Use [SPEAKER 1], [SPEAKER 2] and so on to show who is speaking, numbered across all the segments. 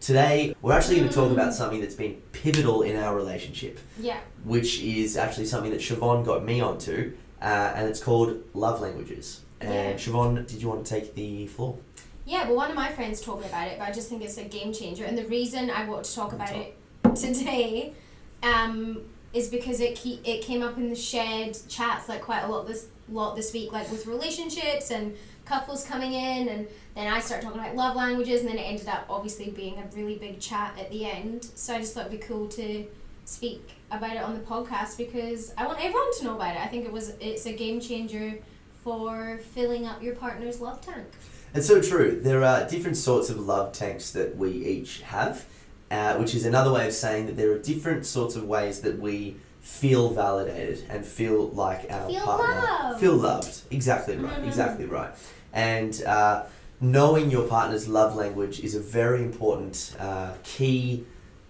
[SPEAKER 1] Today, we're actually going to talk
[SPEAKER 2] Mm.
[SPEAKER 1] about something that's been pivotal in our relationship,
[SPEAKER 2] Yeah.
[SPEAKER 1] which is actually something that Siobhan got me onto, uh, and it's called Love Languages. And
[SPEAKER 2] Yeah.
[SPEAKER 1] Siobhan, did you want to take the floor?
[SPEAKER 2] Yeah, well, one of my friends told me about it, but I just think it's a game changer. And the reason I want to talk about it today um, is because it ke- it came up in the shared chats like quite a lot this lot this week, like with relationships and couples coming in, and then I started talking about love languages, and then it ended up obviously being a really big chat at the end. So I just thought it'd be cool to speak about it on the podcast because I want everyone to know about it. I think it was it's a game changer for filling up your partner's love tank.
[SPEAKER 1] It's so true. There are different sorts of love tanks that we each have, uh, which is another way of saying that there are different sorts of ways that we feel validated and feel like our
[SPEAKER 2] Feel
[SPEAKER 1] partner
[SPEAKER 2] loved.
[SPEAKER 1] feel loved. Exactly right.
[SPEAKER 2] Mhm.
[SPEAKER 1] Exactly right. And uh, knowing your partner's love language is a very important uh, key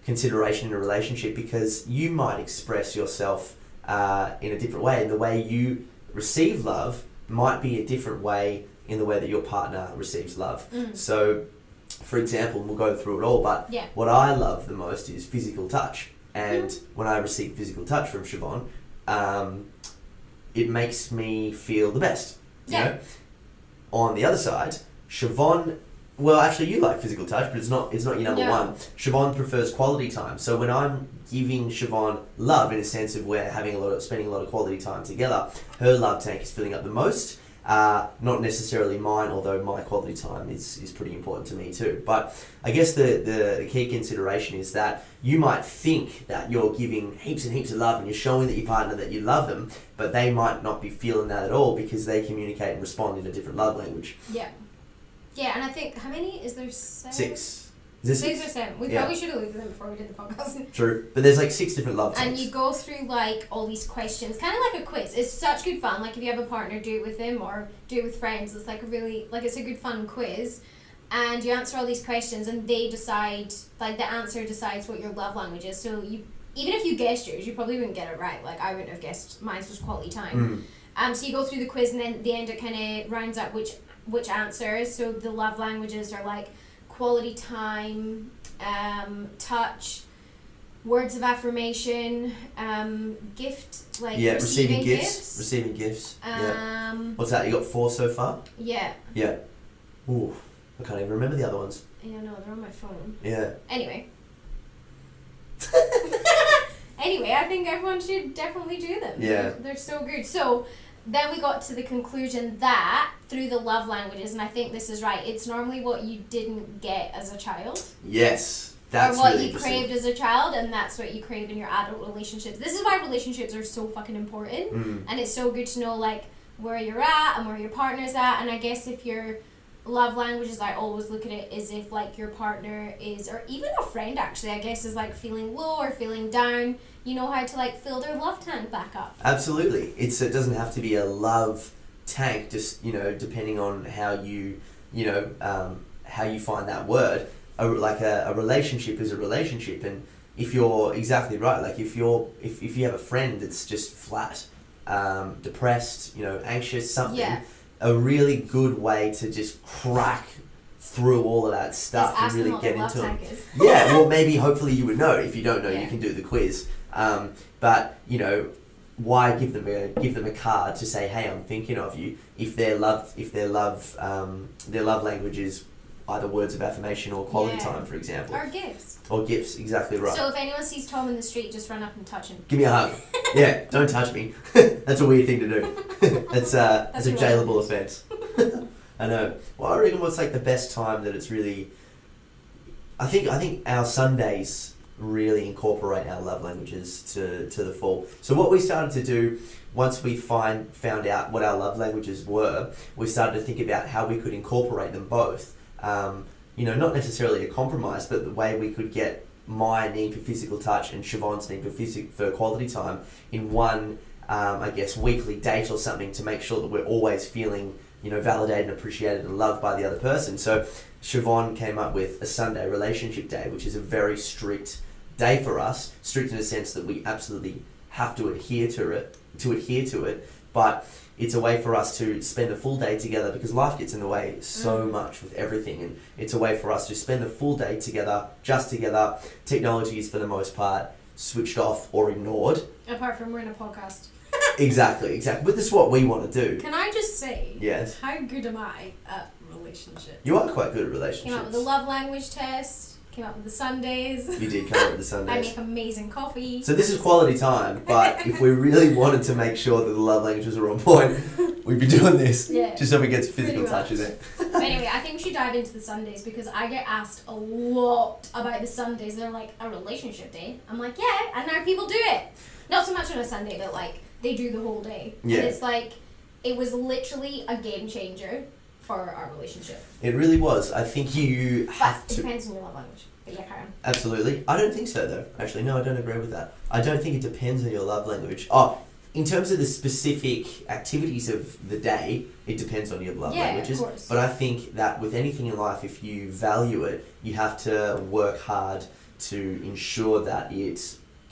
[SPEAKER 1] consideration in a relationship because you might express yourself uh, in a different way, and the way you receive love might be a different way in the way that your partner receives love.
[SPEAKER 2] Mm.
[SPEAKER 1] So, for example, and we'll go through it all, but
[SPEAKER 2] Yeah.
[SPEAKER 1] what I love the most is physical touch. And when I receive physical touch from Siobhan, um, it makes me feel the best. you
[SPEAKER 2] Yeah.
[SPEAKER 1] know? On the other side, Siobhan, well, actually, you like physical touch, but it's not it's not your number
[SPEAKER 2] No.
[SPEAKER 1] one. Siobhan prefers quality time. So when I'm giving Siobhan love in a sense of we're having a lot of spending a lot of quality time together, her love tank is filling up the most. Uh, not necessarily mine, although my quality time is, is pretty important to me too. But I guess the, the, the key consideration is that you might think that you're giving heaps and heaps of love and you're showing that your partner that you love them, but they might not be feeling that at all because they communicate and respond in a different love language.
[SPEAKER 2] Yeah. Yeah, and I think how many is there? Seven?
[SPEAKER 1] Six. Is this
[SPEAKER 2] Six or seven. We
[SPEAKER 1] Yeah.
[SPEAKER 2] probably should have looked at them before we did the podcast.
[SPEAKER 1] True, but there's like six different love
[SPEAKER 2] And
[SPEAKER 1] tanks.
[SPEAKER 2] you go through like all these questions, kind of like a quiz. It's such good fun. Like if you have a partner, do it with them or do it with friends. It's like a really like it's a good fun quiz, and you answer all these questions, and they decide like the answer decides what your love language is. So you even if you guessed yours, you probably wouldn't get it right. Like I wouldn't have guessed mine was quality time.
[SPEAKER 1] Mm.
[SPEAKER 2] Um, so you go through the quiz, and then at the end it kind of rounds up which which answers. So the love languages are like quality time, um, touch, words of affirmation, um, gift like
[SPEAKER 1] yeah,
[SPEAKER 2] receiving, gifts.
[SPEAKER 1] Receiving gifts. yeah.
[SPEAKER 2] um,
[SPEAKER 1] What's that? You got four so far?
[SPEAKER 2] yeah.
[SPEAKER 1] Ooh, I can't even remember the other ones.
[SPEAKER 2] yeah, no, they're on my phone.
[SPEAKER 1] Yeah.
[SPEAKER 2] Anyway. anyway, I think everyone should definitely do them.
[SPEAKER 1] Yeah.
[SPEAKER 2] They're, they're so good. So then we got to the conclusion that through the love languages, and I think this is right, it's normally what you didn't get as a child
[SPEAKER 1] Yes. That's
[SPEAKER 2] or what
[SPEAKER 1] really
[SPEAKER 2] you
[SPEAKER 1] interesting.
[SPEAKER 2] craved as a child, and that's what you crave in your adult relationships. This is why relationships are so fucking important,
[SPEAKER 1] Mm.
[SPEAKER 2] and it's so good to know like where you're at and where your partner's at. And I guess if your love languages, I always look at it as if like your partner is, or even a friend actually, I guess is like feeling low or feeling down. You know how to like fill their love tank back up.
[SPEAKER 1] Absolutely. It's it doesn't have to be a love tank. Just you know, depending on how you you know um, how you find that word. A, like a, a relationship is a relationship, and if you're exactly right, like if you're if, if you have a friend that's just flat, um, depressed, you know, anxious, something,
[SPEAKER 2] Yeah.
[SPEAKER 1] a really good way to just crack through all of that stuff
[SPEAKER 2] Just ask
[SPEAKER 1] and really
[SPEAKER 2] them what their
[SPEAKER 1] get
[SPEAKER 2] love
[SPEAKER 1] into it
[SPEAKER 2] tank is.
[SPEAKER 1] yeah, well, maybe hopefully you would know. If you don't know, you
[SPEAKER 2] Yeah.
[SPEAKER 1] can do the quiz. Um, but you know, why give them a give them a card to say, "Hey, I'm thinking of you." If their love, if their love, um, their love language is either words of affirmation or quality
[SPEAKER 2] Yeah.
[SPEAKER 1] time, for example,
[SPEAKER 2] Or gifts.
[SPEAKER 1] or gifts. Exactly right.
[SPEAKER 2] So if anyone sees Tom in the street, just run up and touch him.
[SPEAKER 1] Give me a hug. yeah, don't touch me. That's a weird thing to do. that's uh, that's,
[SPEAKER 2] That's
[SPEAKER 1] a
[SPEAKER 2] right.
[SPEAKER 1] jailable offence. I know. Well, I reckon what's like the best time that it's really. I think I think our Sundays really incorporate our love languages to to the full. So what we started to do once we find found out what our love languages were, we started to think about how we could incorporate them both. Um, you know, not necessarily a compromise, but the way we could get my need for physical touch and Siobhan's need for physic for quality time in one, um, I guess, weekly date or something to make sure that we're always feeling, you know, validated and appreciated and loved by the other person. So Siobhan came up with a Sunday relationship day, which is a very strict day for us, strict in a sense that we absolutely have to adhere to it, to adhere to it, but it's a way for us to spend a full day together because life gets in the way so much with everything and it's a way for us to spend a full day together just together technology is for the most part switched off or ignored
[SPEAKER 2] Apart from we're in a podcast.
[SPEAKER 1] exactly exactly but this is what we want to do
[SPEAKER 2] Can I just say,
[SPEAKER 1] yes
[SPEAKER 2] how good am I at relationships?
[SPEAKER 1] you are quite good at
[SPEAKER 2] Came up with
[SPEAKER 1] relationships
[SPEAKER 2] the love language test. Came up with the Sundays.
[SPEAKER 1] you did come up with the
[SPEAKER 2] I
[SPEAKER 1] sundays
[SPEAKER 2] make amazing coffee.
[SPEAKER 1] so this is quality time but if we really wanted to make sure that the love languages are on point we'd be doing this
[SPEAKER 2] Yeah.
[SPEAKER 1] just so we get physical
[SPEAKER 2] Pretty
[SPEAKER 1] touch in
[SPEAKER 2] much.
[SPEAKER 1] it
[SPEAKER 2] But anyway, I think we should dive into the Sundays because I get asked a lot about the Sundays. They're like a relationship day. I'm like, yeah, and now people do it. Not so much on a Sunday, but like they do the whole day.
[SPEAKER 1] Yeah.
[SPEAKER 2] And it's like it was literally a game changer for our relationship.
[SPEAKER 1] it really was i think you
[SPEAKER 2] But
[SPEAKER 1] have
[SPEAKER 2] it
[SPEAKER 1] to
[SPEAKER 2] depends on your love language. But yeah, Karen.
[SPEAKER 1] Absolutely. I don't think so, though. Actually, no, I don't agree with that. I don't think it depends on your love language. Oh, in terms of the specific activities of the day, it depends on your love
[SPEAKER 2] Yeah, of
[SPEAKER 1] languages.
[SPEAKER 2] course.
[SPEAKER 1] But I think that with anything in life, if you value it, you have to work hard to ensure that it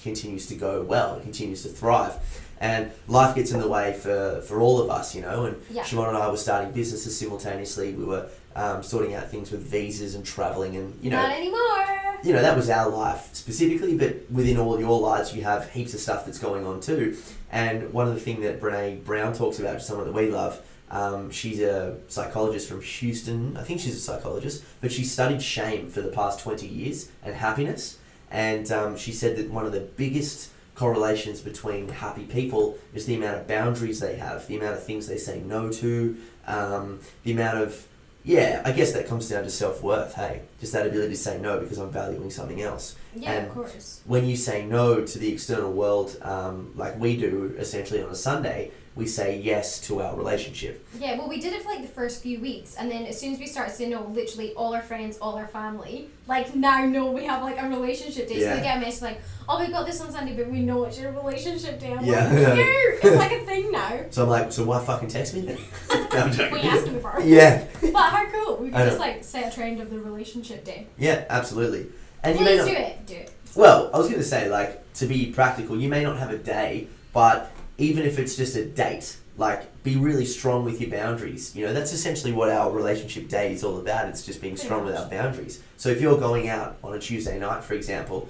[SPEAKER 1] continues to go well, it continues to thrive. And life gets in the way for, for all of us, you know. And
[SPEAKER 2] Yeah.
[SPEAKER 1] Shimon and I were starting businesses simultaneously. We were um, sorting out things with visas and traveling, and you know,
[SPEAKER 2] Not anymore.
[SPEAKER 1] you know, that was our life specifically, but within all your lives, you have heaps of stuff that's going on too. And one of the things that Brene Brown talks about, someone that we love, um, she's a psychologist from Houston. I think she's a psychologist, but she studied shame for the past 20 years and happiness. And um, she said that one of the biggest correlations between happy people is the amount of boundaries they have, the amount of things they say no to, um, the amount of yeah, I guess that comes down to self worth, hey? Just that ability to say no because I'm valuing something else.
[SPEAKER 2] Yeah,
[SPEAKER 1] And-
[SPEAKER 2] of course.
[SPEAKER 1] When you say no to the external world, um, like we do essentially on a Sunday, we say yes to our relationship.
[SPEAKER 2] Yeah, well, we did it for like the first few weeks, and then as soon as we started to know literally all our friends, all our family, like now know we have like a relationship day. So
[SPEAKER 1] Yeah.
[SPEAKER 2] they get a message like, "Oh, we got this on Sunday, but we know it's your relationship day." I'm
[SPEAKER 1] Yeah.
[SPEAKER 2] like, "Cute." it's like a thing now.
[SPEAKER 1] So I'm like, so why fucking text me then? No, I'm joking.
[SPEAKER 2] we asked them for it.
[SPEAKER 1] Yeah,
[SPEAKER 2] But how cool! We
[SPEAKER 1] I
[SPEAKER 2] could just
[SPEAKER 1] know.
[SPEAKER 2] like set a trend of the relationship day.
[SPEAKER 1] yeah, absolutely. And you may
[SPEAKER 2] Please
[SPEAKER 1] not.
[SPEAKER 2] do it. Do it.
[SPEAKER 1] Well, I was going to say, like, to be practical, you may not have a day, but even if it's just a date, like, be really strong with your boundaries. You know, that's essentially what our relationship day is all about. It's just being
[SPEAKER 2] Pretty
[SPEAKER 1] strong with
[SPEAKER 2] much.
[SPEAKER 1] our boundaries. So if you're going out on a Tuesday night, for example,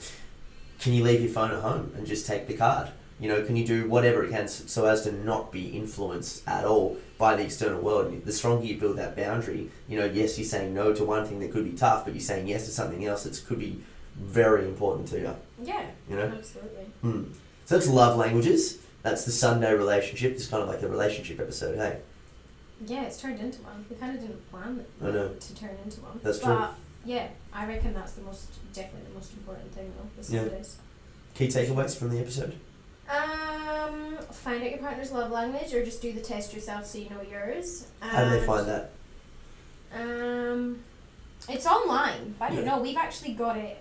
[SPEAKER 1] can you leave your phone at home and just take the card? You know, can you do whatever it can s- so as to not be influenced at all by the external world? And the stronger you build that boundary, you know, yes, you're saying no to one thing that could be tough, but you're saying yes to something else that could be very important to you.
[SPEAKER 2] Yeah,
[SPEAKER 1] You know?
[SPEAKER 2] absolutely.
[SPEAKER 1] Hmm. So that's love languages. That's the Sunday relationship. It's kind of like a relationship episode, hey?
[SPEAKER 2] Yeah, it's turned into one. We kind of didn't plan it
[SPEAKER 1] I know.
[SPEAKER 2] to turn into one.
[SPEAKER 1] That's true.
[SPEAKER 2] but, Yeah, I reckon that's the most definitely the most important thing though. The
[SPEAKER 1] Yeah.
[SPEAKER 2] Sundays.
[SPEAKER 1] Key takeaways from the episode?
[SPEAKER 2] Um, find out your partner's love language, or just do the test yourself so you know yours. Um,
[SPEAKER 1] How do they find that?
[SPEAKER 2] Um, it's online. But I don't
[SPEAKER 1] Yeah.
[SPEAKER 2] know. We've actually got it.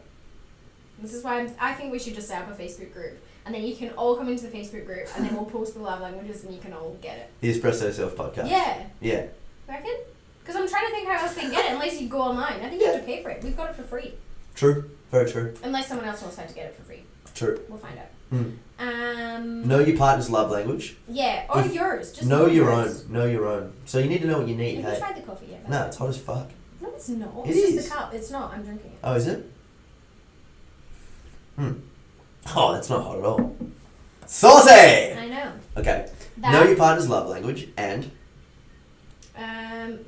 [SPEAKER 2] This is why I'm, I think we should just set up a Facebook group, and then you can all come into the Facebook group, and then we'll post the love languages, and you can all get it.
[SPEAKER 1] The Espresso Self podcast.
[SPEAKER 2] Yeah,
[SPEAKER 1] Yeah.
[SPEAKER 2] reckon? Because I'm trying to think how else they can get it unless you go online. I think you have to pay for it. We've got it for free,
[SPEAKER 1] True. Very true.
[SPEAKER 2] unless someone else knows how to get it for free.
[SPEAKER 1] True.
[SPEAKER 2] We'll find out.
[SPEAKER 1] Mm.
[SPEAKER 2] Um.
[SPEAKER 1] Know your partner's love language.
[SPEAKER 2] Yeah, or
[SPEAKER 1] If-
[SPEAKER 2] yours. Just
[SPEAKER 1] know your
[SPEAKER 2] yours.
[SPEAKER 1] own. Know your own. So you need to know what you need,
[SPEAKER 2] Have you
[SPEAKER 1] hey?
[SPEAKER 2] tried the coffee yet?
[SPEAKER 1] No, it's hot as fuck.
[SPEAKER 2] No, it's not.
[SPEAKER 1] It
[SPEAKER 2] it's just
[SPEAKER 1] is.
[SPEAKER 2] the cup. It's not. I'm drinking it.
[SPEAKER 1] Oh, is it? Hmm. Oh, that's not hot at all. Saucy!
[SPEAKER 2] I know.
[SPEAKER 1] Okay.
[SPEAKER 2] That.
[SPEAKER 1] Know your partner's love language and
[SPEAKER 2] um,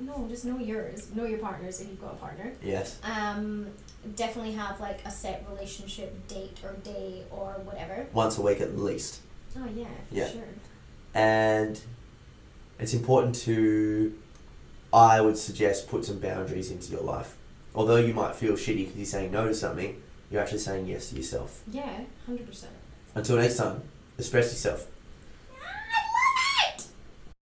[SPEAKER 2] no, just know yours. Know your partners if you've got a partner.
[SPEAKER 1] yes.
[SPEAKER 2] Um, definitely have like a set relationship date or day or whatever.
[SPEAKER 1] Once a week at least.
[SPEAKER 2] Oh yeah, for
[SPEAKER 1] Yeah.
[SPEAKER 2] sure.
[SPEAKER 1] and it's important to i would suggest put some boundaries into your life although you might feel shitty because you're saying no to something you're actually saying yes to yourself
[SPEAKER 2] Yeah, hundred percent.
[SPEAKER 1] until next time express yourself